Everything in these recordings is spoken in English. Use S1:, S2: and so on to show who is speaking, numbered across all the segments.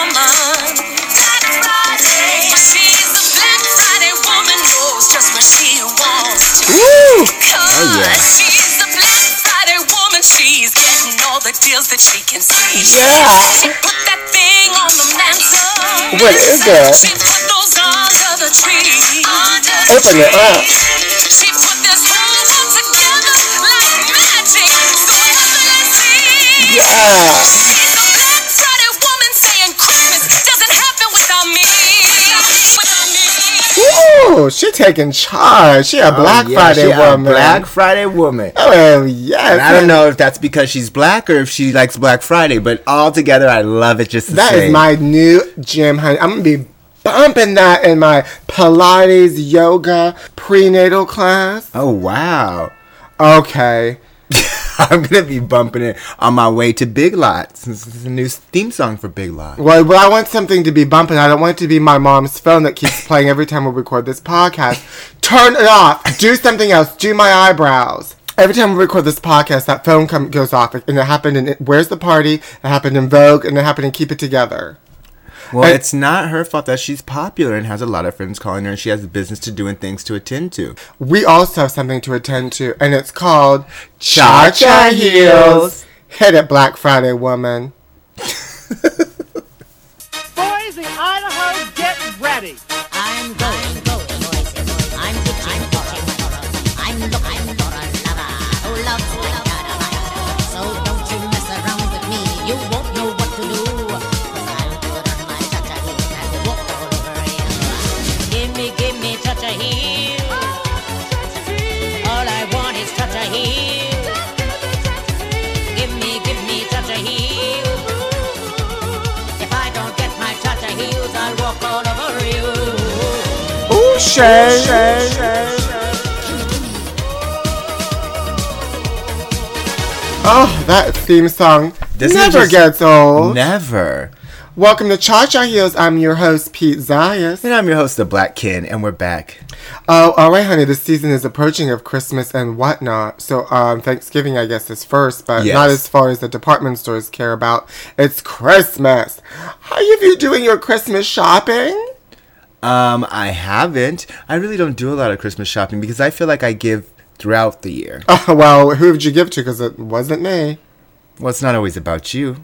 S1: Oh, and she's getting all the deals that she can see. She
S2: Yeah.
S1: put that thing on the mantle.
S2: What is it?
S1: She put those under the tree. Under the
S2: Open it
S1: tree.
S2: up.
S1: She put this whole world together like magic. So effortlessly.
S2: Yeah.
S1: She's a red-blooded woman saying Christmas doesn't happen without me. Without me.
S2: Ooh, she taking charge. She a Black
S3: Oh, yeah,
S2: Friday
S3: she a
S2: woman.
S3: Black Friday woman.
S2: Oh yes.
S3: And I don't know if that's because she's black or if she likes Black Friday, but altogether, I love it just the
S2: That is
S3: same.
S2: my new gym, honey. I'm gonna be bumping that in my Pilates, yoga, prenatal class.
S3: Oh wow!
S2: Okay.
S3: I'm gonna be bumping it on my way to Big Lots. This is a new theme song for Big Lots.
S2: Well, well, I want something to be bumping. I don't want it to be my mom's phone that keeps playing every time we record this podcast. Turn it off. Do something else. Do my eyebrows. Every time we record this podcast, that phone come, goes off, and it happened in Where's the Party? It happened in Vogue, and it happened in Keep It Together.
S3: Well,
S2: I-
S3: it's not her fault that she's popular and has a lot of friends calling her, and she has business to do and things to attend to.
S2: We also have something to attend to, and it's called
S3: Cha Cha Heels.
S2: Hit it, Black Friday woman.
S4: Boys in Idaho, get ready.
S5: I'm going, going, voices. I'm pitching, pitching my horrors. I'm looking for a lover who loves like dynamite. So don't you mess around with me. You won't know what to do. 'Cause I'll put on my cha-cha heels and walk all over you. Give me, give me cha-cha heels. All I want is cha-cha heels. Give me, give me cha-cha heels. If I don't get my cha-cha heels, I'll walk all over you.
S2: Ooh, Shay. Oh, that theme song
S3: This is
S2: never
S3: just-
S2: gets old.
S3: Never.
S2: Welcome to Cha Cha Heels. I'm your host, Pete Zayas.
S3: And I'm your host, the Black Kin, and we're back.
S2: Oh, all right, honey. The season is approaching of Christmas and whatnot. So, um, Thanksgiving, I guess, is first, but
S3: Yes.
S2: not as far as the department stores care about. It's Christmas. How you you doing your Christmas shopping?
S3: Um, I haven't. I really don't do a lot of Christmas shopping because I feel like I give throughout the year.
S2: Oh, well, who did you give to? Because it wasn't me.
S3: Well, it's not always about you.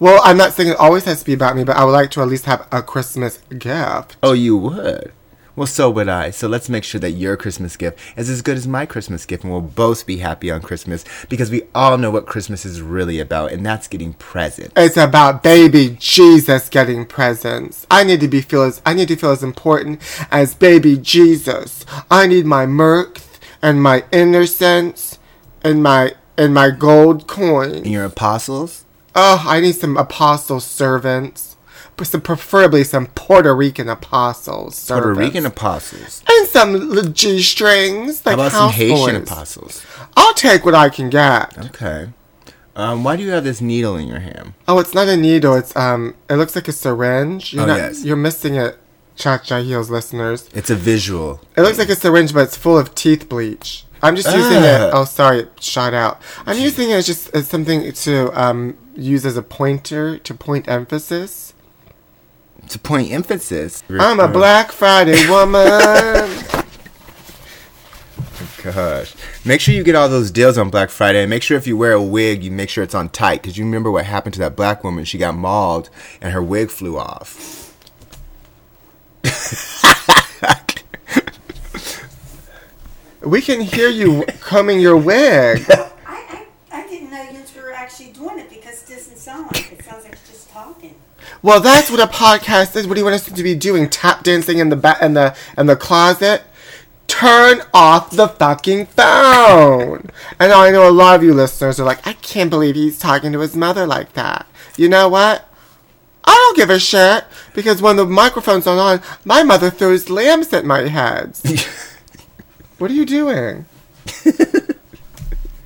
S2: Well, I'm not saying it always has to be about me, but I would like to at least have a Christmas gift.
S3: Oh, you would. Well, so would I. So let's make sure that your Christmas gift is as good as my Christmas gift, and we'll both be happy on Christmas because we all know what Christmas is really about, and that's getting presents.
S2: It's about baby Jesus getting presents. I need to be feel as I need to feel as important as baby Jesus. I need my mirth and my innocence and my and my gold
S3: And
S2: coin.
S3: your apostles?
S2: Oh, I need some apostle servants, some, preferably some Puerto Rican apostles.
S3: Puerto
S2: servants.
S3: Rican apostles.
S2: and some G strings
S3: How
S2: like
S3: about some
S2: house
S3: Haitian
S2: boys.
S3: apostles?
S2: I'll take what I can get.
S3: Okay. Um, why do you have this needle in your hand?
S2: Oh, it's not a needle. It's um, it looks like a syringe. You're
S3: Oh,
S2: not,
S3: yes.
S2: you're missing it, Cha Cha Heels listeners.
S3: It's a visual.
S2: It looks like a syringe, but it's full of teeth bleach. I'm just using
S3: Ah.
S2: it. Oh, sorry, it shot out. I'm using it as just as something to um use as a pointer to point emphasis.
S3: To point emphasis.
S2: I'm a Black Friday woman.
S3: Gosh. Make sure you get all those deals on Black Friday. And make sure if you wear a wig, you make sure it's on tight. Because you remember what happened to that black woman? She got mauled and her wig flew off.
S2: we can hear you combing your wig.
S6: I, I, I didn't know you were actually doing it because it doesn't sound like it. It sounds like you're just talking.
S2: Well, that's what a podcast is. What do you want us to be doing? Tap dancing in the ba- in the in the closet? Turn off the fucking phone. and I know a lot of you listeners are like, I can't believe he's talking to his mother like that. You know what? I don't give a shit because when the microphone's not on, my mother throws lamps at my head. what are you doing?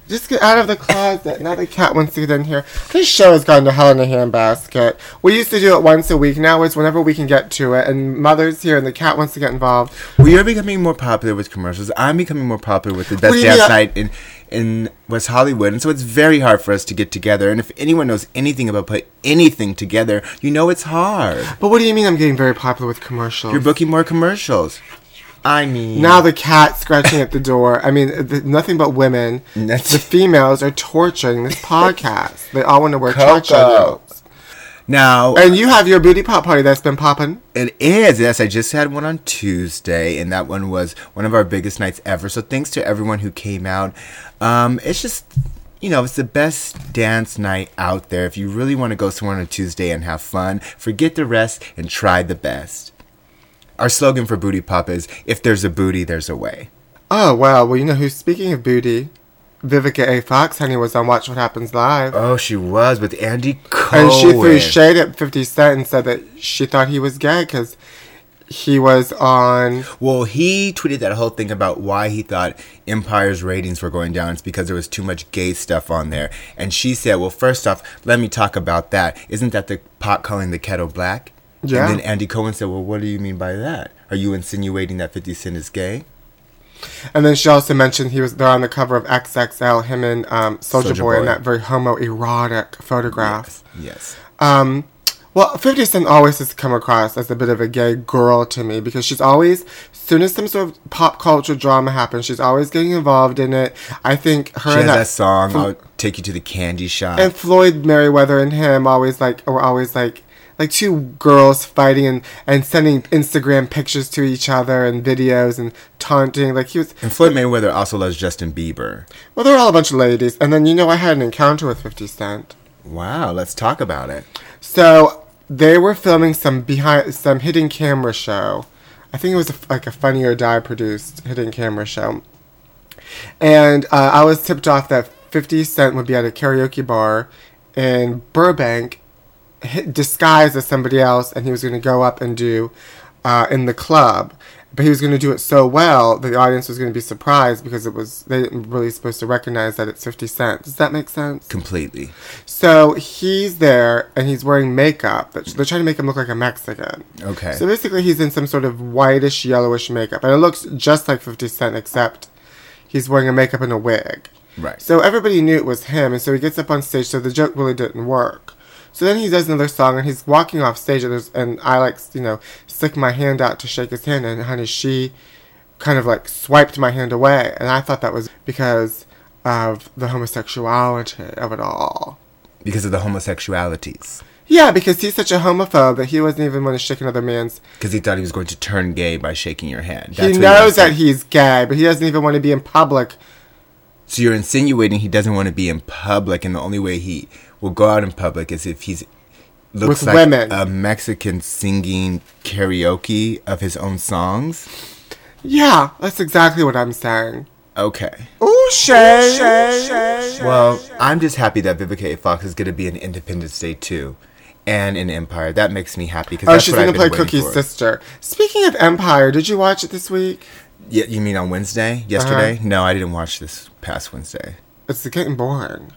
S2: Just get out of the closet. Now the cat wants to get in here. This show has gone to hell in a handbasket. We used to do it once a week. Now it's whenever we can get to it. And mother's here, and the cat wants to get involved.
S3: Well, you're becoming more popular with commercials. I'm becoming more popular with the best
S2: do you
S3: jazz
S2: mean?
S3: night in, in West Hollywood. And so it's very hard for us to get together. And if anyone knows anything about put anything together, you know it's hard.
S2: But what do you mean I'm getting very popular with commercials?
S3: You're booking more commercials. I mean,
S2: Now the cat scratching at the door. I mean, the, nothing but women.
S3: That's-
S2: the females are torturing this podcast. They all want to wear
S3: Coco.
S2: cha ropes.
S3: now
S2: And you have your beauty pop party that's been popping.
S3: It is. Yes, I just had one on Tuesday, and that one was one of our biggest nights ever. So thanks to everyone who came out. Um, it's just, you know, it's the best dance night out there. If you really want to go somewhere on a Tuesday and have fun, forget the rest and try the best. Our slogan for Booty Pop is if there's a booty, there's a way.
S2: Oh wow. Well, you know who's speaking of booty? Vivica A. Fox, honey, was on Watch What Happens Live.
S3: Oh, she was with Andy Cohen.
S2: and she threw shade at 50 Cent and said that she thought he was gay because he was on.
S3: Well, he tweeted that whole thing about why he thought Empire's ratings were going down. It's because there was too much gay stuff on there. And she said, Well, first off, let me talk about that. Isn't that the pot calling the kettle black?
S2: Yeah.
S3: And then Andy Cohen said, Well, what do you mean by that? Are you insinuating that 50 Cent is gay?
S2: And then she also mentioned he was there on the cover of XXL, him and um, Soldier
S3: Soulja
S2: Boy, in
S3: Boy.
S2: that very homoerotic photograph.
S3: Yes.
S2: Um, well, 50 Cent always has come across as a bit of a gay girl to me because she's always, soon as some sort of pop culture drama happens, she's always getting involved in it. I think her
S3: She
S2: and
S3: has
S2: that,
S3: that song,
S2: Flo-
S3: I'll Take You to the Candy Shop.
S2: and Floyd Merriweather and him always like were always like like two girls fighting and, and sending Instagram pictures to each other and videos and taunting. Like he was
S3: and Floyd Mayweather also loves Justin Bieber.
S2: well, they're all a bunch of ladies. And then you know I had an encounter with Fifty Cent.
S3: Wow, let's talk about it.
S2: So they were filming some behind some hidden camera show. I think it was a, like a Funny or Die produced hidden camera show, and uh, I was tipped off that Fifty Cent would be at a karaoke bar in Burbank, hi- disguised as somebody else, and he was going to go up and do uh, in the club. But he was going to do it so well that the audience was going to be surprised because it was they didn't really supposed to recognize that it's Fifty Cent. Does that make sense?
S3: Completely.
S2: So he's there and he's wearing makeup. that- They're trying to make him look like a Mexican.
S3: Okay.
S2: So basically, he's in some sort of whitish, yellowish makeup. And it looks just like 50 Cent, except he's wearing a makeup and a wig.
S3: Right.
S2: So everybody knew it was him. And so he gets up on stage. So the joke really didn't work. So then he does another song and he's walking off stage. And, there's, and I, like, you know, stick my hand out to shake his hand. And honey, she kind of like swiped my hand away. And I thought that was because of the homosexuality of it all.
S3: Because of the homosexualities.
S2: Yeah, because he's such a homophobe that he wasn't even want to shake another man's.
S3: Because he thought he was going to turn gay by shaking your hand.
S2: he
S3: what
S2: knows
S3: said.
S2: that he's gay, but he doesn't even want to be in public.
S3: So you're insinuating he doesn't want to be in public, and the only way he will go out in public is if he's looks
S2: With
S3: like
S2: women.
S3: a Mexican singing karaoke of his own songs.
S2: Yeah, that's exactly what I'm saying.
S3: Okay.
S2: Ooh, Shay. Shay,
S3: Well, I'm just happy that Vivica A. Fox is going to be in Independence Day too, and in Empire. That makes me happy because
S2: Oh,
S3: that's
S2: she's
S3: what
S2: gonna
S3: I've
S2: play
S3: been waiting
S2: Cookie's
S3: for.
S2: sister. Speaking of Empire, did you watch it this week?
S3: Yeah, you mean on Wednesday? Yesterday?
S2: Uh-huh.
S3: No, I didn't watch this past Wednesday.
S2: It's getting boring.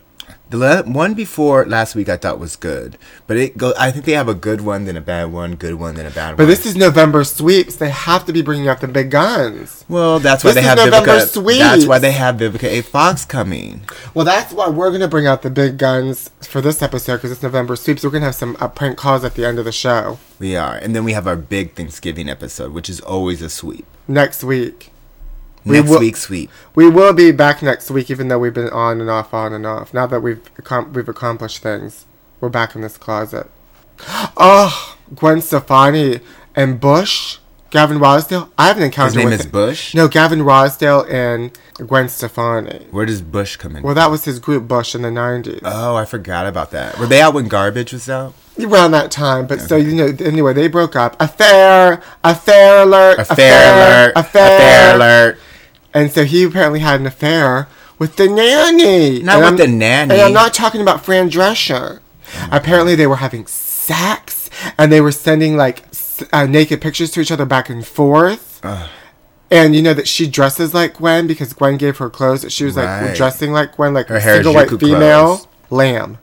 S3: The le- one before last week I thought was good, but it go. I think they have a good one, then a bad one, good one, then a bad
S2: But
S3: one.
S2: this is November sweeps. They have to be bringing out the big guns.
S3: Well, that's why
S2: This
S3: they
S2: is
S3: have
S2: November
S3: Vivica.
S2: Sweet.
S3: That's why they have Vivica A. Fox coming.
S2: Well, that's why we're going to bring out the big guns for this episode because it's November sweeps. We're going to have some uh, prank calls at the end of the show
S3: We are, and then we have our big Thanksgiving episode, which is always a sweep.
S2: next week.
S3: Next
S2: will-
S3: week's sweep.
S2: We will be back next week, even though we've been on and off, on and off. Now that we've accom- we've accomplished things, we're back in this closet. Oh, Gwen Stefani and Bush, Gavin Rosdale. I have an encounter.
S3: His name
S2: with
S3: is Bush?
S2: No, Gavin Rosdale and Gwen Stefani.
S3: Where does Bush come in?
S2: Well, that was his group, Bush, in the '90s,
S3: oh, I forgot about that. Were they out when Garbage was out?
S2: around that time. But so you know, anyway, they broke up. Affair, affair alert,
S3: A fair alert. A
S2: affair,
S3: fair alert.
S2: And so he apparently had an affair with the nanny.
S3: Not
S2: And
S3: with the nanny. Mm-hmm.
S2: And I'm not talking about Fran Drescher. apparently, they were having sex and they were sending like s- uh, naked pictures to each other back and forth. And you know that she dresses like Gwen because Gwen gave her clothes. that She was
S3: Right.
S2: like dressing like Gwen, like
S3: Her
S2: a
S3: hair is
S2: single white
S3: Juku
S2: female
S3: clothes.
S2: lamb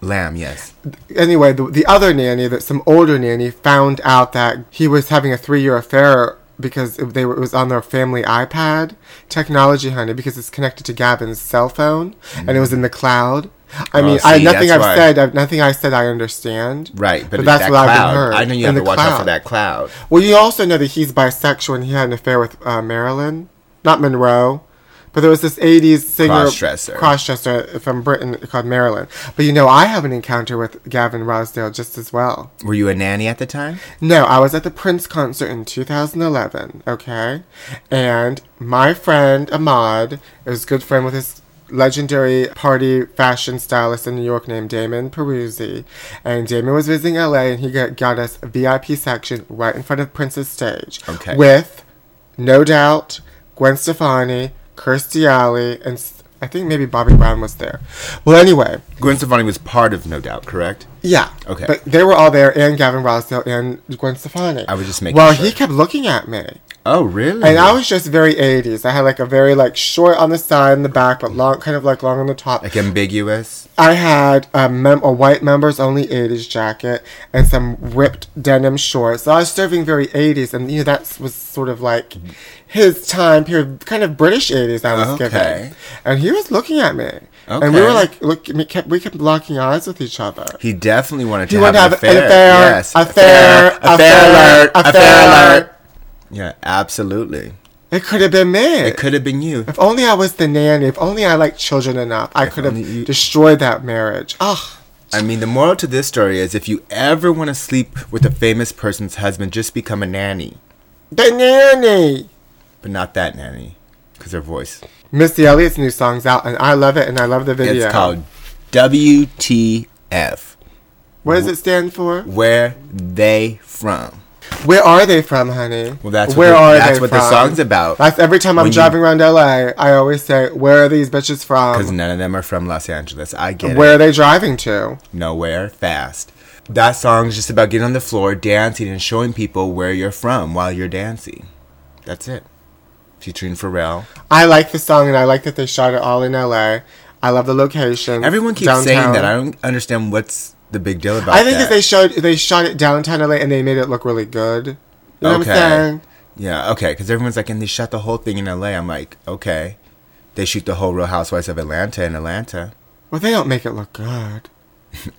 S3: Lamb, yes.
S2: anyway, the, the other nanny, that some older nanny, found out that he was having a three year affair because it, they were, it was on their family iPad technology, honey, because it's connected to Gavin's cell phone and it was in the cloud. I mean,
S3: Oh, see,
S2: I nothing
S3: that's
S2: I've
S3: why.
S2: said, I've, nothing I said I understand.
S3: Right, but, it's that
S2: I've
S3: cloud. I know you
S2: in
S3: have
S2: the
S3: to watch out for
S2: cloud.
S3: that cloud.
S2: Well, you also know that he's bisexual and he had an affair with uh, Marilyn, not Monroe. But there was this 80s singer,
S3: Crossdresser.
S2: crossdresser from Britain called Marilyn. But you know, I have an encounter with Gavin Rosdale just as well.
S3: Were you a nanny at the time?
S2: No, I was at the Prince concert in 2011, okay? And my friend Ahmad is good friend with his legendary party fashion stylist in New York named Damon Peruzzi. And Damon was visiting LA and he got, got us a VIP section right in front of Prince's stage.
S3: Okay.
S2: With, no doubt, Gwen Stefani, Kirstie Alley, and s- I think maybe Bobby Brown was there. Well, anyway,
S3: Gwen Stefani was part of No Doubt, correct?
S2: yeah.
S3: Okay.
S2: But they were all there, and Gavin Rosdale and Gwen Stefani.
S3: I was just making
S2: Well,
S3: sure.
S2: he kept looking at me,
S3: Oh, really?
S2: and I was just very '80s. I had like a very like short on the side and the back, but long, kind of like long on the top.
S3: like ambiguous.
S2: I had a, mem- a white members only '80s jacket and some ripped denim shorts. So I was serving very '80s, and you know that was sort of like
S3: Mm-hmm.
S2: his time period, kind of British '80s. I was
S3: Okay.
S2: giving, and he was looking at me, and we
S3: Okay.
S2: were like, look, we kept we kept locking eyes with each other.
S3: He definitely wanted to
S2: You
S3: have,
S2: want to have
S3: an affair.
S2: an affair,
S3: Yes,
S2: affair,
S3: affair alert,
S2: affair,
S3: affair
S2: affair.
S3: alert. Yeah, absolutely.
S2: It could have been me.
S3: It could have been you.
S2: If only I was the nanny. If only I liked children enough. I could have
S3: only you-
S2: destroyed that marriage. Ah, Ugh.
S3: I mean, the moral to this story is if you ever want to sleep with a famous person's husband, just become a nanny,
S2: The nanny.
S3: but not that nanny, because her voice.
S2: Missy Elliott's new song's out, and I love it, and I love the video.
S3: It's called WTF.
S2: What does it stand for?
S3: Where they from?
S2: Where are they from, honey?
S3: Well, that's
S2: where
S3: what the-
S2: are
S3: that's
S2: they
S3: what
S2: from?
S3: the song's about.
S2: That's every time I'm
S3: When you-
S2: driving around LA. I always say, "Where are these bitches
S3: Because
S2: from?
S3: none of them are from Los Angeles. I get
S2: Where
S3: it.
S2: are they driving to?"
S3: nowhere fast. That song's just about getting on the floor, dancing, and showing people where you're from while you're dancing. That's it. Featuring Pharrell.
S2: I like the song, and I like that they shot it all in LA. I love the location.
S3: Everyone keeps saying that. I don't understand what's the big deal about that.
S2: I think that they showed they shot it downtown LA and they made it look really good. You know
S3: Okay.
S2: what I'm saying?
S3: Yeah, okay. Because everyone's like, and they shot the whole thing in LA. I'm like, okay. They shoot the whole Real Housewives of Atlanta in Atlanta.
S2: Well, they don't make it look good.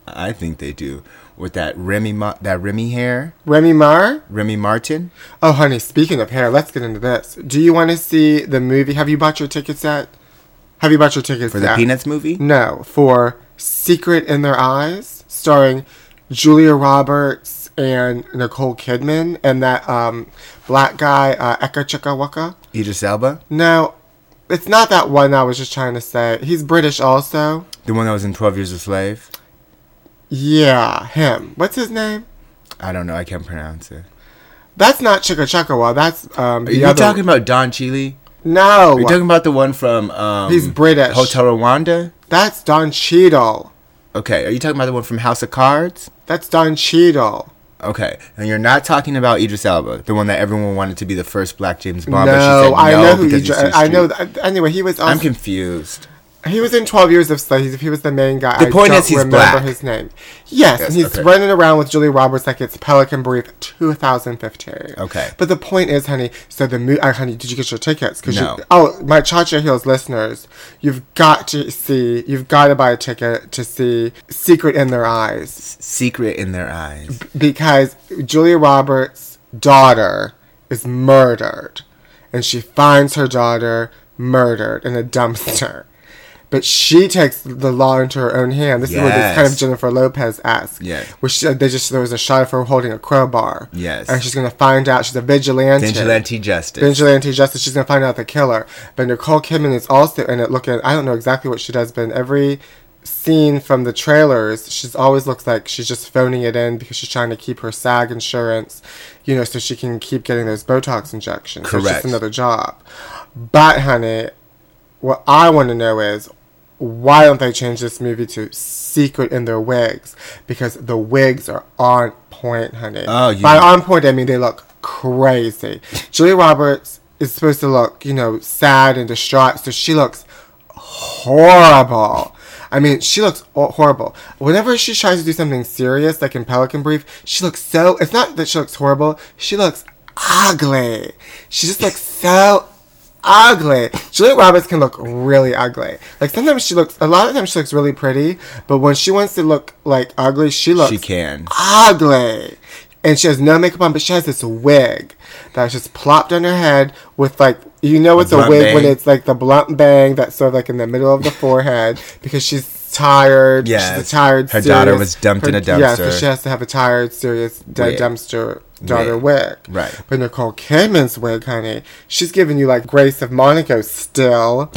S3: I think they do. With that Remy, Ma- that Remy hair,
S2: Remy Mar?
S3: Remy Martin.
S2: Oh, honey, speaking of hair, let's get into this. Do you want to see the movie? Have you bought your tickets yet? Have you bought your tickets
S3: for
S2: yet?
S3: the Peanuts movie.
S2: No, for Secret in Their Eyes, starring Julia Roberts and Nicole Kidman and that um, black guy, uh, Eka Chika Waka.
S3: Idris Elba,
S2: No, it's not that one I was just trying to say. He's British also.
S3: the one that was in Twelve Years a Slave.
S2: Yeah, him. What's his name?
S3: I don't know. I can't pronounce it.
S2: That's not Chicka Chakawa. That's um.
S3: Are
S2: The
S3: you
S2: other-
S3: talking about Don Cheely?
S2: No,
S3: Are you talking about the one from? Um,
S2: He's British.
S3: Hotel Rwanda.
S2: that's Don Cheadle.
S3: Okay. Are you talking about the one from House of Cards?
S2: That's Don Cheadle.
S3: Okay. And you're not talking about Idris Elba, the one that everyone wanted to be the first Black James Bond. but she
S2: no,
S3: said
S2: I
S3: no
S2: know who
S3: because
S2: he.
S3: he's
S2: Dr-
S3: too
S2: I know.
S3: street.
S2: Th- anyway, he was.
S3: I'm
S2: Also,
S3: confused.
S2: he was in Twelve Years of Slave. He was the main guy.
S3: The
S2: I
S3: point
S2: don't
S3: is he's
S2: remember
S3: black.
S2: his name. Yes,
S3: Yes,
S2: and he's
S3: okay.
S2: running around with Julie Roberts like it's Pelican Brief 2015.
S3: Okay.
S2: But the point is, honey. So the movie, uh, honey, did you get your tickets? 'Cause
S3: No.
S2: You, oh, my Cha Cha Heels listeners, you've got to see. You've got to buy a ticket to see Secret in Their Eyes
S3: Secret in their eyes.
S2: because Julia Roberts' daughter is murdered, and she finds her daughter murdered in a dumpster. But she takes the law into her own hand. This is where this kind of
S3: Yes.
S2: Jennifer Lopez esque.
S3: Yeah.
S2: Where she, they just there was a shot of her holding a crowbar.
S3: Yes.
S2: And she's gonna find out she's a vigilante.
S3: Vigilante justice.
S2: Vigilante Justice. She's gonna find out the killer. But Nicole Kidman is also in it. Looking, I don't know exactly what she does, but in every scene from the trailers, she's always looks like she's just phoning it in because she's trying to keep her SAG insurance, you know, so she can keep getting those Botox injections. So it's
S3: Correct.
S2: just another job. But honey, what I want to know is. Why don't they change this movie to Secret in Their Wigs? Because the wigs are on point, honey.
S3: Oh, you-
S2: By on point, I mean they look crazy. Julia Roberts is supposed to look, you know, sad and distraught, so she looks horrible. I mean, she looks o- horrible. Whenever she tries to do something serious, like in Pelican Brief, she looks so. It's not that she looks horrible. She looks ugly. She's just like so ugly. Julia Roberts can look really ugly. Like sometimes she looks, a lot of times she looks really pretty, but when she wants to look like ugly, she looks
S3: She can.
S2: ugly. And she has no makeup on, but she has this wig that's just plopped on her head with like you know it's a,
S3: blunt
S2: wig when
S3: bang?
S2: it's like the blunt bang that's sort of like in the middle of the forehead because she's tired. she's
S3: Yes.
S2: a tired.
S3: Her daughter was dumped in a
S2: Yeah, so
S3: dumpster.
S2: she has to have a tired, serious du-
S3: Wig.
S2: dumpster daughter wig.
S3: Wig. Right.
S2: But Nicole Kidman's wig, honey, she's giving you like Grace of Monaco still.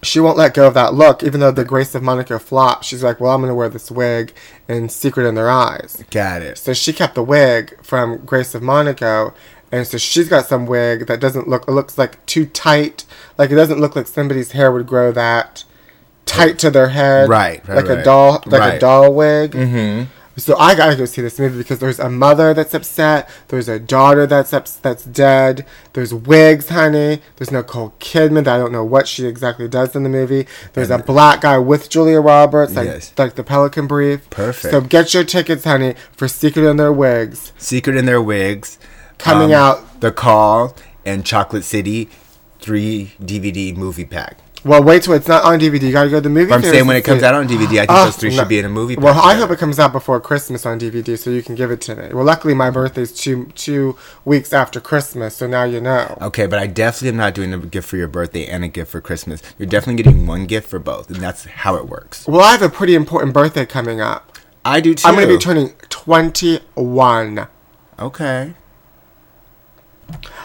S2: she won't let go of that look, even though the Grace of Monaco flop. She's like, well, I'm going to wear this wig and secret in their eyes.
S3: Got it.
S2: So she kept the wig from Grace of Monaco, and so she's got some wig that doesn't look it looks like too tight. Like it doesn't look like somebody's hair would grow that tight to their head,
S3: Right, right,
S2: like a
S3: right.
S2: doll, like a
S3: Right.
S2: doll wig. Mm-hmm. So I gotta go see this movie because there's a mother that's upset, there's a daughter that's ups- that's dead, there's wigs, honey, there's Nicole Kidman. That I don't know what she exactly does in the movie. There's a black guy with Julia Roberts, like
S3: Yes.
S2: like the Pelican Brief.
S3: Perfect.
S2: So get your tickets, honey, for Secret in Their Wigs.
S3: Secret in their wigs. Um,
S2: Coming out-
S3: The Call and Chocolate City, three DVD movie pack.
S2: Well, wait till it's not on DVD. You gotta go to the movie.
S3: But I'm
S2: theaters
S3: saying when
S2: and
S3: it comes
S2: see
S3: out on DVD, I think
S2: Ah,
S3: those three
S2: no.
S3: should be in a movie pack.
S2: Well, I hope
S3: together.
S2: it comes out before Christmas on DVD, so you can give it to me. Well, luckily my birthday's two two weeks after Christmas, so now you know.
S3: Okay, but I definitely am not doing a gift for your birthday and a gift for Christmas. You're definitely getting one gift for both, and that's how it works.
S2: Well, I have a pretty important birthday coming up.
S3: I do too.
S2: I'm gonna be turning 21.
S3: Okay.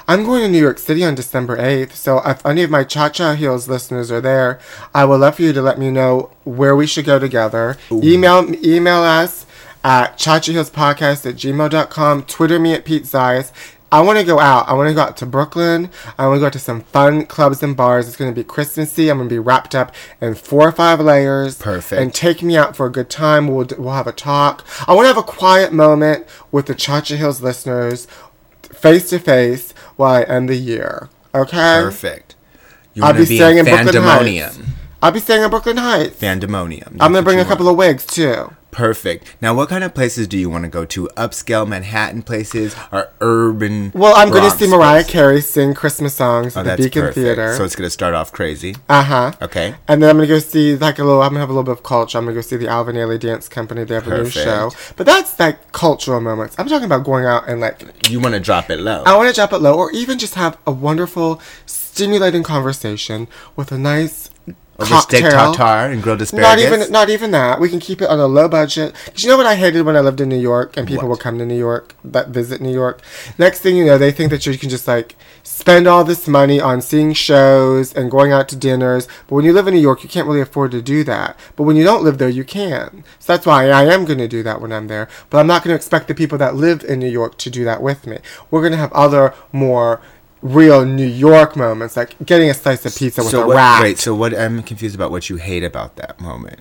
S2: I'm going to New York City on December 8th, so if any of my Cha Cha Heels listeners are there, I would love for you to let me know where we should go together. Email email us at chachaheelspodcast at gmail.com. Twitter me at Pete Zayas. I want to go out. I want to go out to Brooklyn. I want to go out to some fun clubs and bars. It's going to be Christmassy. I'm going to be wrapped up in four or five layers.
S3: Perfect.
S2: And take me out for a good time. We'll, we'll have a talk. I want to have a quiet moment with the Cha Cha Heels listeners face to face while I end the year. Okay?
S3: Perfect. You
S2: I'll
S3: want
S2: be,
S3: to be
S2: staying in
S3: in
S2: Brooklyn Heights.
S3: Fandemonium.
S2: I'll be staying in Brooklyn Heights.
S3: Fandemonium.
S2: I'm going to bring a couple of wigs too.
S3: Perfect. Now, what kind of places do you want to go to? Upscale Manhattan places or urban?
S2: Well, I'm going to
S3: Bronx
S2: see Mariah
S3: places?
S2: Carey sing Christmas songs
S3: Oh,
S2: at the
S3: that's
S2: Beacon
S3: perfect.
S2: Theater.
S3: So it's going to start off crazy.
S2: uh huh.
S3: Okay.
S2: And then I'm gonna go see like a little. I'm gonna have a little bit of culture. I'm gonna go see the Alvin Ailey Dance Company. They have a new
S3: Perfect.
S2: show. But that's like cultural moments. I'm talking about going out and like
S3: You want to drop it low.
S2: I want to drop it low, or even just have a wonderful, stimulating conversation with a nice
S3: Over steak
S2: cocktail.
S3: tartare and grilled
S2: Not
S3: asparagus.
S2: even, not even that. We can keep it on a low budget. 'Cause you know what I hated when I lived in New York, and people
S3: What?
S2: would come to New York that visit New York. Next thing you know, they think that you can just like spend all this money on seeing shows and going out to dinners. But when you live in New York, you can't really afford to do that. But when you don't live there, you can. So that's why I am going to do that when I'm there. But I'm not going to expect the people that live in New York to do that with me. We're going to have other more. Real New York moments, like getting a slice of pizza with
S3: so
S2: a
S3: what,
S2: wrap.
S3: Wait, so what? I'm confused about what you hate about that moment.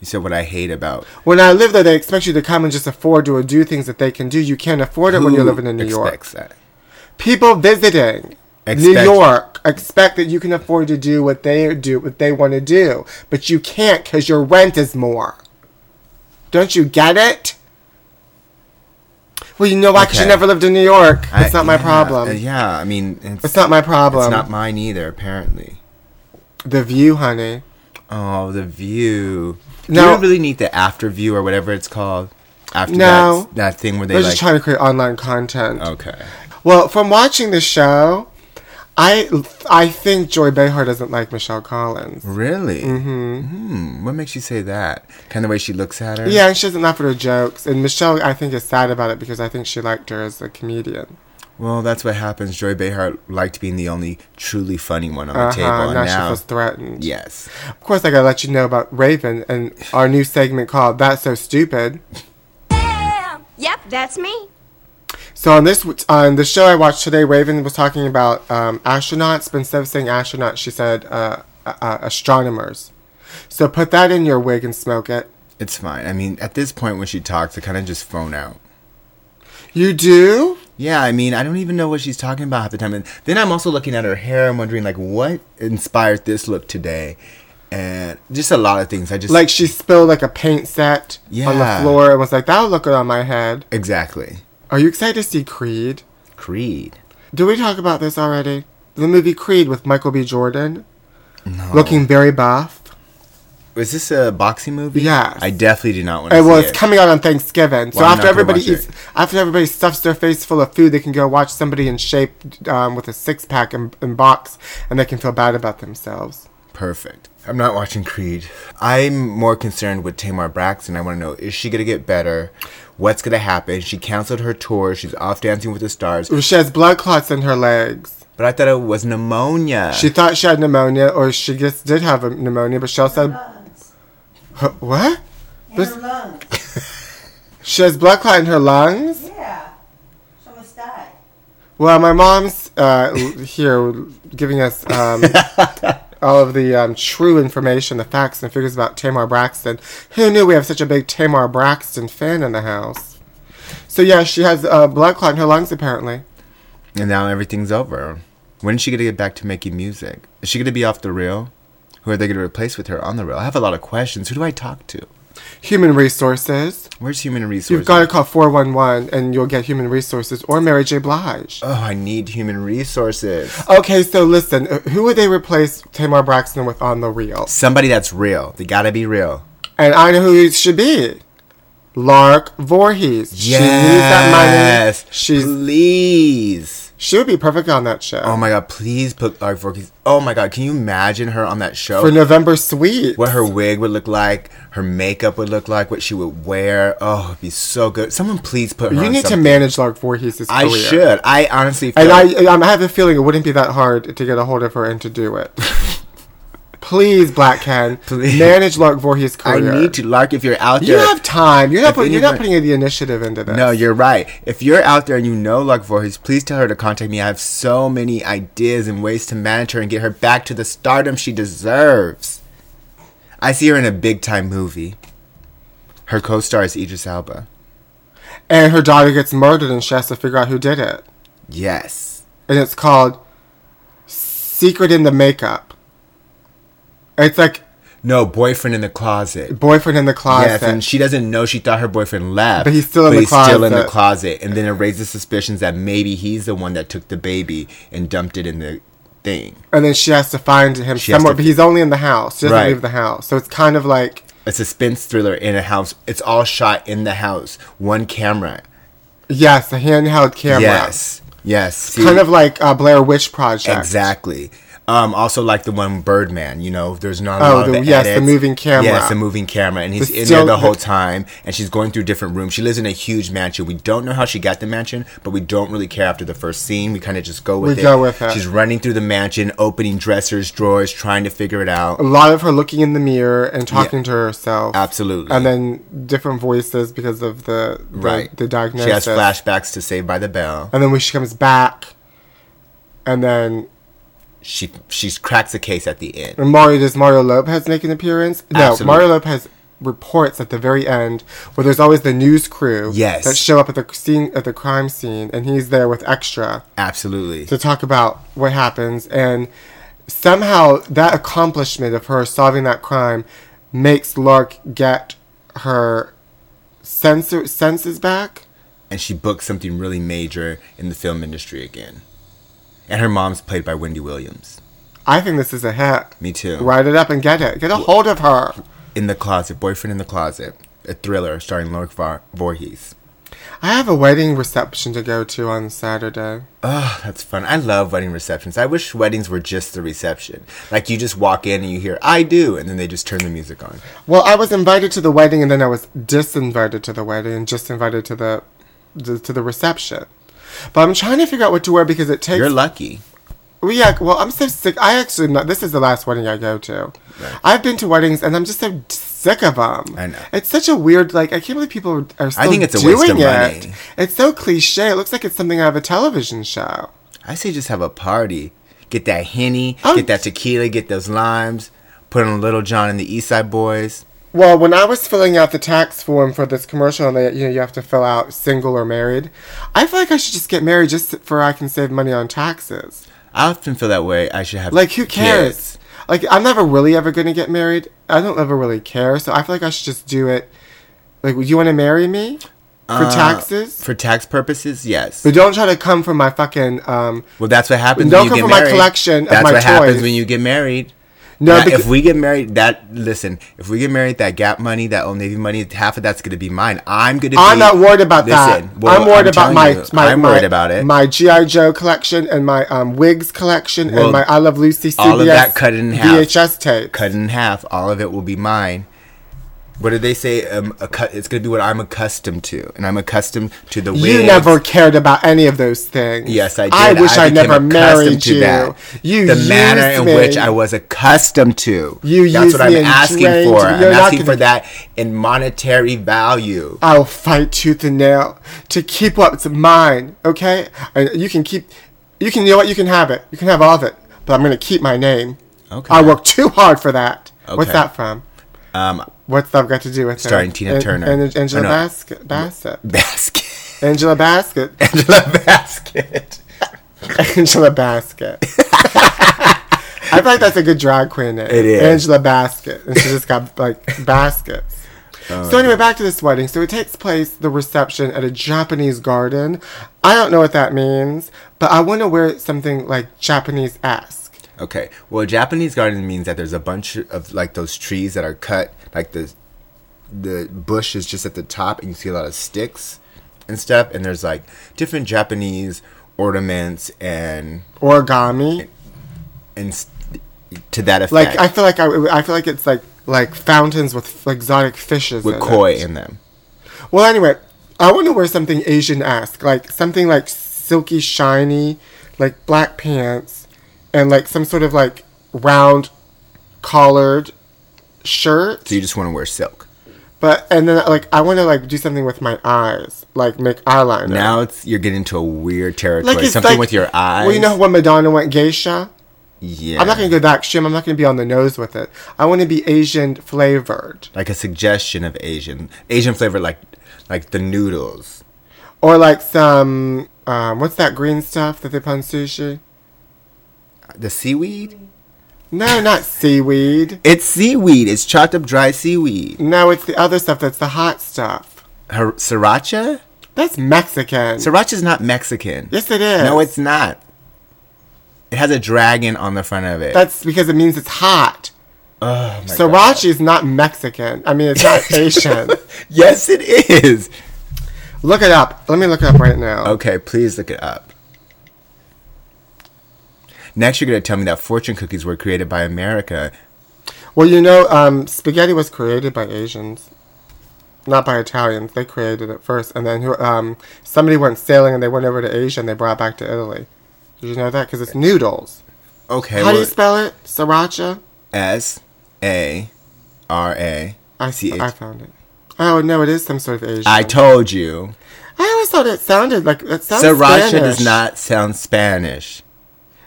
S3: You said what I hate about.
S2: When I live there, they expect you to come and just afford to do things that they can do. You can't afford it when you're
S3: Who
S2: living in New York.
S3: expects that?
S2: People visiting New
S3: Expect-
S2: York expect that you can afford to do what they do, what they want to do, but you can't because your rent is more. Don't you get it? Well, you know why? Because you
S3: Okay.
S2: never lived in New York.
S3: I-
S2: It's not my
S3: yeah,
S2: problem.
S3: uh, yeah, I mean, it's,
S2: It's not my problem.
S3: It's not mine either. Apparently.
S2: the view, honey.
S3: Oh, the view. Do
S2: No.
S3: you really need the after view or whatever it's called? After
S2: No.
S3: that, that thing where they
S2: They're
S3: like.
S2: just trying to create online content.
S3: okay.
S2: Well, from watching the show, I I think Joy Behar doesn't like Michelle Collins.
S3: Really? Mm-hmm. What makes you say that? Kind of the way she looks at her.
S2: Yeah, and she doesn't laugh at her jokes. And Michelle, I think, is sad about it because I think she liked her as a comedian.
S3: Well, that's what happens. Joy Behar liked being the only truly funny one on the
S2: Uh-huh,
S3: table, and
S2: now,
S3: now,
S2: she feels threatened.
S3: yes,
S2: Of course, I gotta let you know about Raven and our new segment called "That's So Stupid."
S7: Yep, that's me.
S2: So on this on the show I watched today, Raven was talking about um, astronauts, but instead of saying astronauts, she said uh, uh, astronomers. So put that in your wig and smoke it.
S3: it's fine. I mean, at this point when she talks, I kind of just phone out.
S2: You do?
S3: Yeah, I mean, I don't even know what she's talking about half the time. And then I'm also looking at her hair and wondering, like, what inspired this look today? And just a lot of things. I just
S2: Like she spilled like a paint set on the
S3: Yeah.
S2: floor and was like, "That'll look good on my head."
S3: exactly.
S2: Are you excited to see Creed?
S3: Creed.
S2: Did we talk about this already? The movie Creed with Michael B. Jordan, looking very buff.
S3: Was this a boxing movie?
S2: Yes.
S3: I definitely do not want to
S2: It
S3: see
S2: was
S3: it.
S2: coming out on Thanksgiving, so
S3: Well, I'm
S2: after
S3: not gonna
S2: everybody
S3: watch
S2: eats,
S3: it.
S2: after everybody stuffs their face full of food, they can go watch somebody in shape um, with a six pack and, and box, and they can feel bad about themselves.
S3: Perfect. I'm not watching Creed. I'm more concerned with Tamar Braxton. I want to know is she going to get better? What's going to happen? She canceled her tour. She's off dancing with the stars.
S2: She has blood clots in her legs.
S3: But I thought it was pneumonia.
S2: She thought she had pneumonia, or she just did have a pneumonia, but she also had
S6: Lungs.
S2: her, what?
S6: In
S2: This-
S6: her lungs.
S2: She has blood clot in her lungs.
S6: Yeah. She almost died.
S2: Well, my mom's uh, here giving us um, all of the um, true information, the facts and figures about Tamar Braxton. Who knew we have such a big Tamar Braxton fan in the house? So yeah, she has a blood clot in her lungs apparently.
S3: and now everything's over. When is she going to get back to making music? Is she going to be off the reel? Who are they going to replace with her on the reel? I have a lot of questions. Who do I talk to?
S2: Human resources.
S3: Where's human resources?
S2: You've got to call 411 and you'll get human resources or Mary J. Blige.
S3: oh, I need human resources.
S2: Okay, so listen, uh, who would they replace Tamar Braxton with on the reel?
S3: Somebody that's real. They got to be real.
S2: And I know who it should be. Lark Voorhees. She needs that money.
S3: Yes.
S2: She's
S3: please.
S2: She would be perfect on that show.
S3: Oh my god, please put Lark Voorhees. Oh my god, can you imagine her on that show?
S2: For November Sweet.
S3: what her wig would look like, her makeup would look like, what she would wear. Oh, it'd be so good. Someone please put her
S2: You
S3: on
S2: need to
S3: something.
S2: manage Lark Voorhees'
S3: I
S2: career.
S3: should. I honestly feel
S2: And I, uh, I have a feeling it wouldn't be that hard to get a hold of her and to do it. Please, Black Ken,
S3: Please.
S2: manage Lark Voorhees'
S3: I
S2: career.
S3: need to Lark if you're out
S2: You
S3: there.
S2: have time. You're not.
S3: If
S2: Put, you're not
S3: anyone-
S2: putting the initiative into this.
S3: No, you're right. If you're out there and you know Lark Voorhees, please tell her to contact me. I have so many ideas and ways to manage her and get her back to the stardom she deserves. I see her in a big time movie. Her co star is Idris Alba.
S2: And her daughter gets murdered, and she has to figure out who did it.
S3: Yes.
S2: And it's called "Secret in the Makeup." It's like
S3: No, boyfriend in the closet.
S2: boyfriend in the closet.
S3: Yes, and she doesn't know she thought her boyfriend left.
S2: But he's still in the
S3: still in the
S2: closet.
S3: closet. And then it raises suspicions that maybe he's the one that took the baby and dumped it in the thing.
S2: and then she has to find him
S3: She has
S2: somewhere.
S3: to-
S2: but he's only in the house. She doesn't
S3: Right.
S2: leave the house, so it's kind of like
S3: A suspense thriller in a house. It's all shot in the house. One camera.
S2: yes, a handheld camera.
S3: Yes. Yes. See,
S2: kind of like uh, Blair Witch Project.
S3: exactly. Um, also like the one Birdman, you know, there's not a
S2: Oh,
S3: lot of
S2: the-
S3: the
S2: yes, the
S3: edits.
S2: moving camera.
S3: Yes, the moving camera, and he's
S2: The
S3: in
S2: still-
S3: there the whole time, and she's going through different rooms. She lives in a huge mansion. We don't know how she got the mansion, but we don't really care after the first scene. We kind of just go with
S2: We
S3: it.
S2: go with it.
S3: She's running through the mansion, opening dressers, drawers, trying to figure it out.
S2: A lot of her looking in the mirror and talking to herself.
S3: Absolutely.
S2: And then different voices because of the the,
S3: right.
S2: the diagnosis.
S3: She has flashbacks to Saved by the Bell.
S2: And then when she comes back, and then
S3: She she cracks a case at the end.
S2: and Mario does Mario Lopez make an appearance? No,
S3: Absolutely.
S2: Mario Lopez reports at the very end where there's always the news crew
S3: Yes.
S2: that show up at the scene at the crime scene and he's there with extra
S3: Absolutely.
S2: to talk about what happens and somehow that accomplishment of her solving that crime makes Lark get her sensor, senses back.
S3: and she booked something really major in the film industry again. And her mom's played by Wendy Williams.
S2: I think this is a hit.
S3: Me too.
S2: Write it up and get it. Get a hold of her.
S3: In the Closet, Boyfriend in the Closet, a thriller starring Lork Var- Voorhees.
S2: I have a wedding reception to go to on Saturday.
S3: Oh, that's fun. I love wedding receptions. I wish weddings were just the reception. Like you just walk in and you hear, I do, and then they just turn the music on.
S2: Well, I was invited to the wedding and then I was disinvited to the wedding and just invited to the to, to the reception. But I'm trying to figure out what to wear because it takes
S3: You're lucky.
S2: Well, yeah, well, I'm so sick. I actually, am not, this is the last wedding I go to.
S3: Right.
S2: I've been to weddings and I'm just so sick of them.
S3: I know.
S2: It's such a weird, like, I can't believe people are- are still
S3: think it's a
S2: doing
S3: waste of
S2: it.
S3: money.
S2: It's so cliche. It looks like it's something out of a television show.
S3: I say just have a party. Get that henny,
S2: Oh.
S3: get that tequila, get those limes, put on Little John and the East Side Boys.
S2: Well, when I was filling out the tax form for this commercial, and they, you know, you have to fill out single or married, I feel like I should just get married just for I can save money on taxes.
S3: I often feel that way. I should have
S2: Like, who cares?
S3: kids.
S2: Like, I'm never really ever going to get married. I don't ever really care. So I feel like I should just do it. Like, you want to marry me? for taxes.
S3: for tax purposes. Yes.
S2: But don't try to come for my fucking. Um,
S3: Well, that's what happens.
S2: Don't
S3: when you
S2: come
S3: get
S2: for my
S3: married.
S2: collection of
S3: That's
S2: my
S3: what happens
S2: toys.
S3: when you get married.
S2: No,
S3: No,
S2: becau-
S3: if we get married, that listen, if we get married, that Gap money, that Old Navy money, half of that's gonna be mine. I'm gonna.
S2: I'm
S3: be,
S2: not worried about that.
S3: Listen, well,
S2: I'm worried about
S3: telling
S2: my,
S3: you,
S2: my
S3: I'm
S2: my-
S3: worried about it.
S2: My GI Joe collection and my um, wigs collection
S3: Well,
S2: and my I Love Lucy CBS
S3: all of that cut in half.
S2: VHS tape.
S3: cut in half. All of it will be mine. What did they say? Um, a cut, it's gonna be what I'm accustomed to, and I'm accustomed to the.
S2: You
S3: wigs.
S2: never cared about any of those things.
S3: Yes, I did.
S2: I wish I,
S3: became
S2: never
S3: accustomed
S2: married you. You
S3: the manner
S2: used
S3: in
S2: me.
S3: which I was accustomed to.
S2: You
S3: That's
S2: used
S3: what I'm
S2: me and
S3: asking
S2: drained
S3: for.
S2: me.
S3: I'm
S2: You're not
S3: asking
S2: gonna-
S3: for that in monetary value.
S2: I'll fight tooth and nail to keep what's mine. Okay, and you can keep. You can. You know what? You can have it. You can have all of it. But I'm gonna keep my name.
S3: Okay.
S2: I worked too hard for that. What's
S3: Okay.
S2: that from?
S3: Um,
S2: What's that got to do with it?
S3: Starring Tina Turner.
S2: and Angela
S3: Oh, no.
S2: Basket Bassett.
S3: basket.
S2: Angela Basket.
S3: Angela Basket.
S2: Angela Basket. I feel like that's a good drag queen name.
S3: It is.
S2: Angela Basket. And she just got like baskets.
S3: Oh,
S2: so anyway, back to this wedding. So it takes place the reception at a Japanese garden. I don't know what that means, but I want to wear something like Japanese esque.
S3: Okay. Well, Japanese garden means that there's a bunch of like those trees that are cut, like the the bush is just at the top, and you see a lot of sticks and stuff, and there's like different Japanese ornaments and
S2: Origami.
S3: and s- to that effect,
S2: Like I feel like I, I feel like it's like like fountains with exotic fishes
S3: with
S2: in
S3: koi
S2: it.
S3: in them.
S2: Well, anyway, I want to wear something Asian-esque, like something like silky, shiny, like black pants, and like some sort of like round collared shirt.
S3: So you just want to wear silk.
S2: But and then like I want to like do something with my eyes, like make eyeliner.
S3: Now it's you're getting into a weird territory.
S2: like
S3: Something
S2: like-
S3: with your eyes.
S2: Well, you know when Madonna went geisha.
S3: yeah.
S2: I'm not gonna go that extreme. I'm not gonna be on the nose with it. I want to be Asian flavored,
S3: like a suggestion of Asian Asian flavor, like like the noodles.
S2: or like some um, what's that green stuff that they put on sushi?
S3: The seaweed?
S2: No, not seaweed.
S3: It's seaweed. It's chopped up dry seaweed.
S2: No, it's the other stuff that's the hot stuff.
S3: Her, sriracha?
S2: That's Mexican.
S3: Sriracha's not Mexican.
S2: yes, it is.
S3: No, it's not. It has a dragon on the front of it.
S2: That's because it means it's hot.
S3: oh, my God.
S2: Sriracha is not Mexican. I mean, it's not Asian.
S3: Yes, it is.
S2: Look it up. Let me look it up right now.
S3: Okay, please look it up. Next, you're going to tell me that fortune cookies were created by America.
S2: Well, you know, um, spaghetti was created by Asians, not by Italians. They created it first, and then who- um, somebody went sailing and they went over to Asia and they brought it back to Italy. Did you know that? Because it's noodles.
S3: Okay,
S2: How do you spell it? Sriracha.
S3: S A R A
S2: I
S3: C
S2: I
S3: H.
S2: found it. Oh no, it is some sort of Asian.
S3: I told you.
S2: I always thought it sounded like that sounds
S3: Sriracha
S2: Spanish.
S3: does not sound Spanish.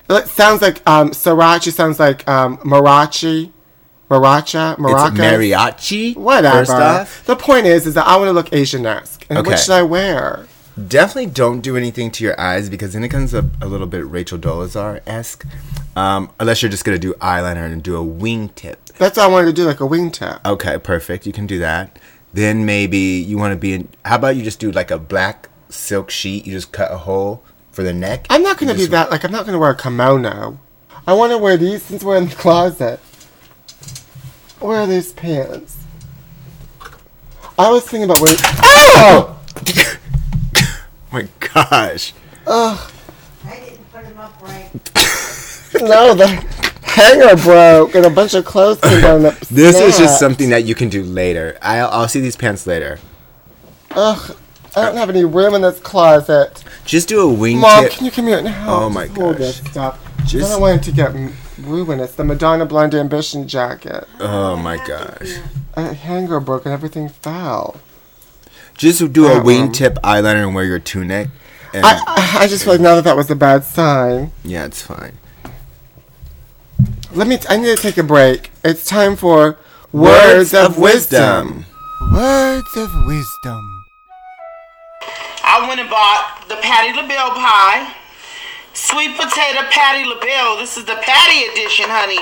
S2: It sounds like um, sriracha sounds like um, marachi, maracha,
S3: It's
S2: maraca.
S3: mariachi.
S2: Whatever.
S3: First off,
S2: The point is, is that I want to look Asian-esque, and what
S3: Okay.
S2: should I wear?
S3: definitely don't do anything to your eyes because then it comes up a little bit Rachel Dolezal esque. Um, unless you're just gonna do eyeliner and do a wingtip.
S2: That's what I wanted to do, like a wingtip.
S3: Okay, perfect. You can do that. Then maybe you want to be in. How about you just do like a black silk sheet? You just cut a hole for the neck.
S2: I'm not gonna
S3: You
S2: be
S3: just-
S2: that. Like I'm not gonna wear a kimono. I want to wear these since we're in the closet. Where are these pants? I was thinking about wearing. Oh!
S3: Oh my gosh.
S6: I didn't put them up right.
S2: No, the hanger broke and a bunch of clothes came down the
S3: This is just
S2: snap.
S3: something that you can do later. I'll, I'll see these pants later.
S2: I don't have any room in this closet.
S3: Just do a
S2: Mom,
S3: wingtip.
S2: can you come here and help?
S3: Oh my
S2: Just hold
S3: gosh.
S2: this stuff.
S3: Just-
S2: I don't want it to get m- ruined. It's the Madonna Blonde Ambition jacket.
S3: oh my gosh.
S2: A hanger broke and everything fell.
S3: Just do a
S2: Um,
S3: wingtip eyeliner and wear your tunic. And
S2: I, uh, I just feel like now that that was a bad sign.
S3: yeah, it's fine.
S2: Let me. T- I need to take a break. It's time for words, of, wisdom. Words of wisdom.
S8: I went and bought the Patty LaBelle pie, sweet potato Patty LaBelle. This is the Patty edition, honey.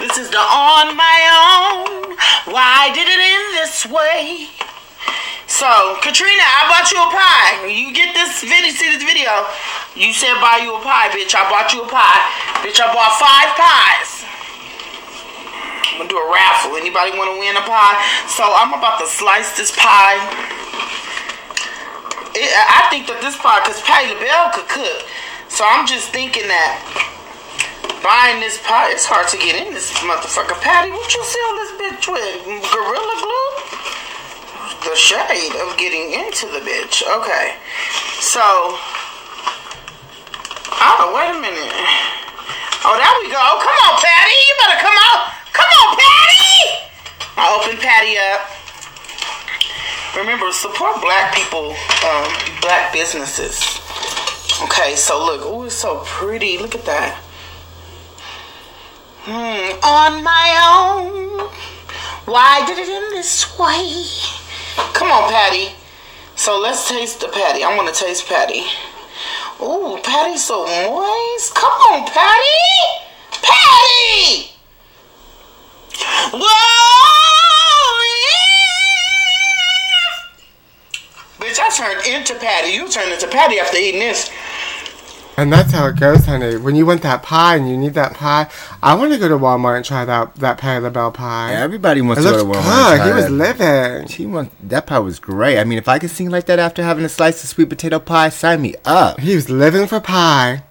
S8: This is the on my own. Why did it end this way? So, Katrina, I bought you a pie. You get this video, see this video. You said buy you a pie, bitch. I bought you a pie. Bitch, I bought five pies. I'm gonna do a raffle. Anybody wanna win a pie? So I'm about to slice this pie. It, I think that this pie, cause Patty LaBelle could cook. So I'm just thinking that buying this pie, it's hard to get in this motherfucker. Patty, what you seal this bitch with? Gorilla glue? The shade of getting into the bitch. Okay. So, oh, wait a minute. Oh, there we go. Come on, Patty. You better come out. Come on, Patty. I open Patty up. Remember, support black people, um, black businesses. Okay, so look. Oh, it's so pretty. Look at that. Hmm. On my own. Why did it end this way? Come on, Patty. So let's taste the patty. I want to taste patty. Ooh, patty's so moist. Come on, Patty. Patty. Whoa, yeah. Bitch, I turned into Patty. You turned into Patty after eating this.
S2: And that's how it goes, honey. When you want that pie and you need that pie, I want to go to Walmart and try that that Patty LaBelle pie.
S3: Everybody
S2: it
S3: wants to
S2: looks
S3: go to Walmart. and
S2: good.
S3: try
S2: He was
S3: that.
S2: living.
S3: She wants that pie was great. I mean, if I could sing like that after having a slice of sweet potato pie, sign me up.
S2: He was living for pie.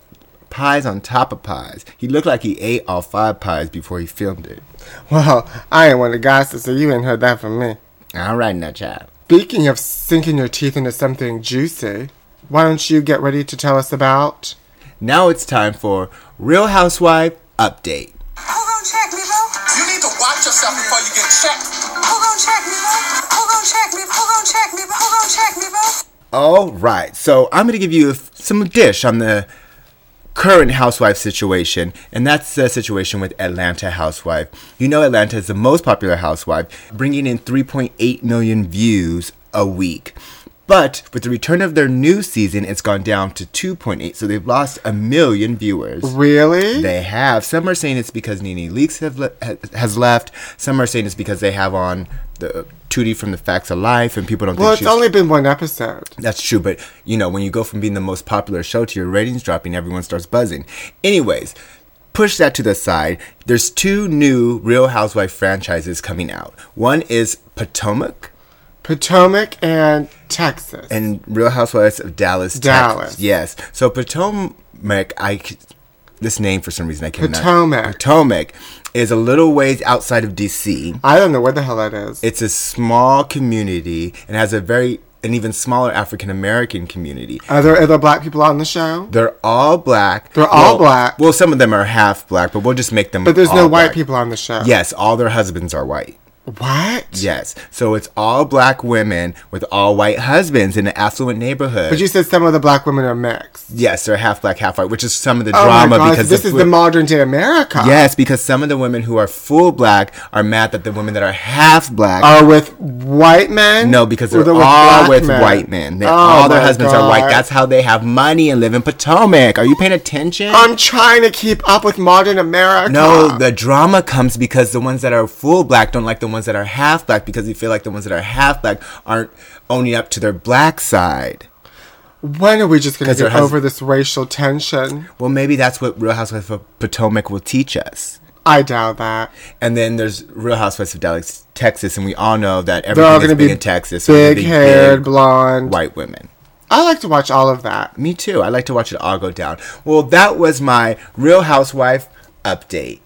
S3: Pies on top of pies. He looked like he ate all five pies before he filmed it.
S2: Well, I ain't one of the gossip, so you ain't heard that from me.
S3: All right, now child.
S2: Speaking of sinking your teeth into something juicy, why don't you get ready to tell us about?
S3: Now it's time for Real Housewife update.
S1: Who gon' check me, bro?
S9: You need to watch yourself before you get checked.
S1: Who gon' check me, bro? Who gon' check me? Who gon' check me? Who gon' check me, bro?
S3: All right, so I'm gonna give you some dish on the current housewife situation, and that's the situation with Atlanta Housewife. You know, Atlanta is the most popular housewife, bringing in 3.8 million views a week. But with the return of their new season, it's gone down to 2.8, so they've lost a million viewers.
S2: Really?
S3: They have. Some are saying it's because Nene Leaks have le- ha- has left. Some are saying it's because they have on the uh, Tootie from the Facts of Life, and people don't
S2: well,
S3: think
S2: it's
S3: she's
S2: only been one episode.
S3: that's true, but you know, when you go from being the most popular show to your ratings dropping, everyone starts buzzing. Anyways, push that to the side. There's two new Real Housewife franchises coming out. One is Potomac
S2: Potomac and Texas.
S3: and Real Housewives of Dallas. Texas.
S2: Dallas.
S3: Yes. So Potomac, I c- this name for some reason I cannot.
S2: Potomac.
S3: Potomac is a little ways outside of DC.
S2: I don't know what the hell that is.
S3: It's a small community and has a very an even smaller African American community.
S2: Are there other black people on the show?
S3: They're all black.
S2: They're all
S3: Well-
S2: black.
S3: Well, some of them are half black, but we'll just make them.
S2: But there's no
S3: all
S2: white
S3: black.
S2: people on the show.
S3: Yes, all their husbands are white.
S2: What?
S3: Yes, so it's all black women with all white husbands in an affluent neighborhood.
S2: But you said some of the black women are mixed.
S3: yes, they're half black, half white, which is some of the
S2: Oh
S3: drama
S2: my gosh,
S3: because
S2: this is
S3: flu-
S2: the modern day America.
S3: Yes, because some of the women who are full black are mad that the women that are half black
S2: Are with white men?
S3: No, because
S2: Or
S3: they're
S2: with
S3: all
S2: black
S3: with white men. They-
S2: Oh
S3: all their
S2: my
S3: husbands are white.
S2: God.
S3: That's how they have money and live in Potomac. Are you paying attention?
S2: I'm trying to keep up with modern America.
S3: no, the drama comes because the ones that are full black don't like the ones that are half black because they feel like the ones that are half black aren't owning up to their black side.
S2: when are we just going
S3: 'Cause
S2: to
S3: her
S2: get
S3: hus-
S2: over this racial tension?
S3: Well, maybe that's what Real Housewives of Potomac will teach us.
S2: I doubt that.
S3: And then there's Real Housewives of Dallas, Texas, and we all know that
S2: They're all
S3: everything
S2: going
S3: is
S2: to
S3: big
S2: be
S3: in Texas. so they're
S2: big
S3: big,
S2: haired,
S3: big
S2: blonde.
S3: white women.
S2: I like to watch all of that.
S3: Me too. I like to watch it all go down. Well, that was my Real Housewife update.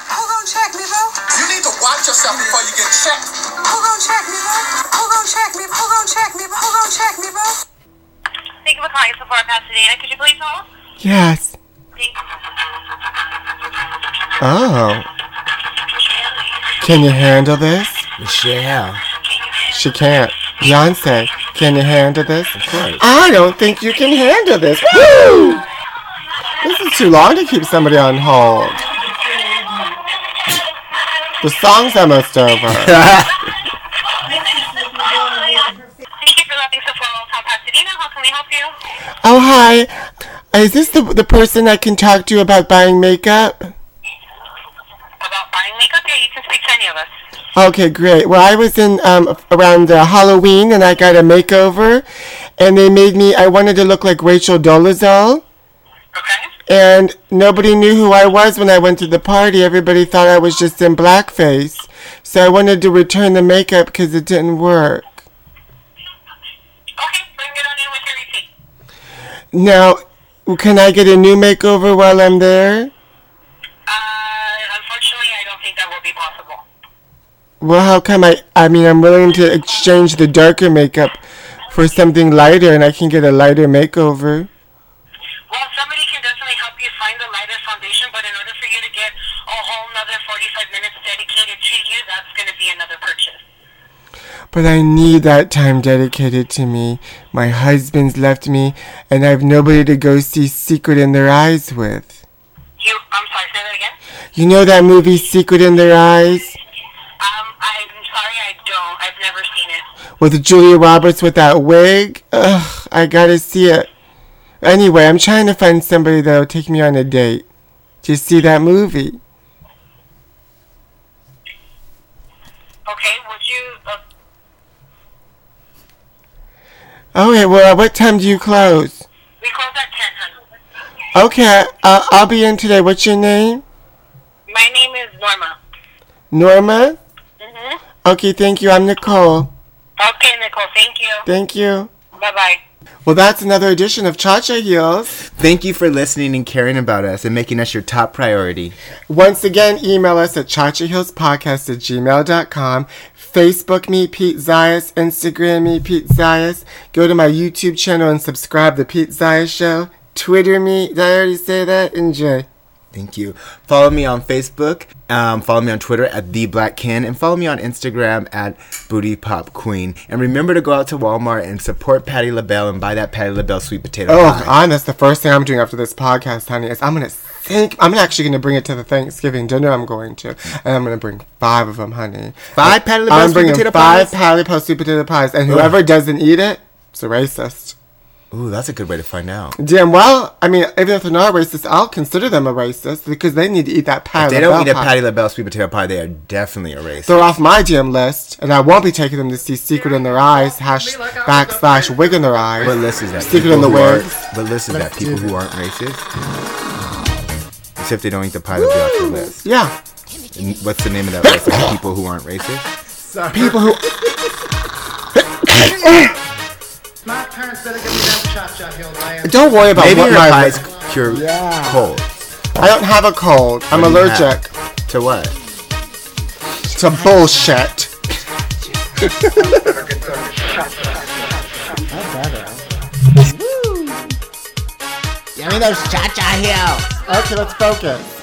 S1: Who gon' check me, bro?
S9: You need to watch yourself before you get checked.
S1: Who gon' check me, bro? Who gon' check me? Who gon' check me? Who gon' check me, bro?
S10: Thank you for calling Sephora Pasadena. Could you please hold?
S2: Yes.
S10: Thank you.
S2: Oh. Can you handle this?
S3: Michelle.
S2: She can't. Beyonce, can you handle this?
S3: course.
S2: I don't think you can handle this. Woo! This is too long to keep somebody on hold. The song's almost over.
S10: Thank you for loving Sephora Old Town Pasadena. How can we help you?
S2: oh, hi. Is this the, the person I can talk to about buying makeup?
S10: About buying makeup? Yeah, you can speak to any of us.
S2: Okay, great. Well, I was in um, around uh, Halloween and I got a makeover, and they made me. I wanted to look like Rachel Dolezal. And nobody knew who I was when I went to the party. Everybody thought I was just in blackface. So I wanted to return the makeup because it didn't work. Now, can I get a new makeover while I'm there?
S10: Uh,
S2: Well, how come I? I mean, I'm willing to exchange the darker makeup for something lighter, and I can get a lighter makeover.
S10: Well, somebody can definitely help you find the lighter foundation, but in order for you to get a whole nother 45 minutes dedicated to you, that's going to be another purchase.
S2: But I need that time dedicated to me. My husband's left me, and I have nobody to go see Secret in Their Eyes with.
S10: You, I'm sorry, say that again?
S2: You know that movie Secret in Their Eyes
S10: Um, I'm sorry, I don't. I've never seen it.
S2: with Julia Roberts with that wig? Ugh, I gotta see it. Anyway, I'm trying to find somebody that'll take me on a date to see that movie.
S10: Okay, would you, uh,
S2: Okay, well, what time do you close?
S10: we close at 10, hun.
S2: Okay, uh, I'll be in today. What's your name?
S10: My name is Norma.
S2: Norma?
S10: Mm-hmm.
S2: Okay, thank you. I'm Nicole.
S10: Okay, Nicole, thank you.
S2: Thank you.
S10: Bye-bye.
S2: Well, that's another edition of Cha Cha Heels.
S3: Thank you for listening and caring about us and making us your top priority.
S2: Once again, email us at chachaheelspodcast at gmail.com. Facebook me, Pete Zayas. Instagram me, Pete Zayas. Go to my YouTube channel and subscribe, The Pete Zayas Show. Twitter me. Did I already say that? Enjoy.
S3: Thank you. Follow me on Facebook. Um, follow me on Twitter at the Black Ken, and follow me on Instagram at Booty Pop Queen. And remember to go out to Walmart and support Patty LaBelle and buy that Patty LaBelle sweet potato
S2: Oh,
S3: pie.
S2: God, that's the first thing I'm doing after this podcast, honey, is I'm going to think, I'm actually going to bring it to the Thanksgiving dinner I'm going to. And I'm going to bring five of them, honey.
S3: Five Patty LaBelle
S2: I'm
S3: sweet
S2: bringing
S3: potato
S2: five
S3: pies.
S2: Patty Post sweet potato pies. And whoever
S3: Ugh.
S2: doesn't eat it, it's a racist.
S3: Ooh, that's a good way to find out.
S2: Damn well. I mean, even if they're not racist, I'll consider them a racist because they need to eat that patty.
S3: If they don't
S2: LaBelle
S3: eat a
S2: pie.
S3: Patty LaBelle sweet potato pie, they are definitely a racist.
S2: They're off my damn list, and I won't be taking them to see Secret in Their Eyes, hash backslash wig in their eyes.
S3: But listen, that
S2: Secret
S3: people
S2: in the
S3: who aren't-
S2: wig.
S3: But listen, that
S2: Let's
S3: people
S2: do
S3: who aren't racist, except they don't eat the pie, they'll be off the list.
S2: Yeah.
S3: And what's the name of that list? Like, people who aren't racist.
S2: People who.
S11: My parents better give me that cha-cha hill, Diane.
S2: Don't worry about
S3: Maybe
S2: what
S3: your
S2: my-
S3: pies cure cold.
S2: I don't have a cold. I'm
S3: What do you
S2: allergic
S3: have? To what?
S2: to bullshit.
S5: Give me those cha-cha heels.
S2: Okay, let's focus.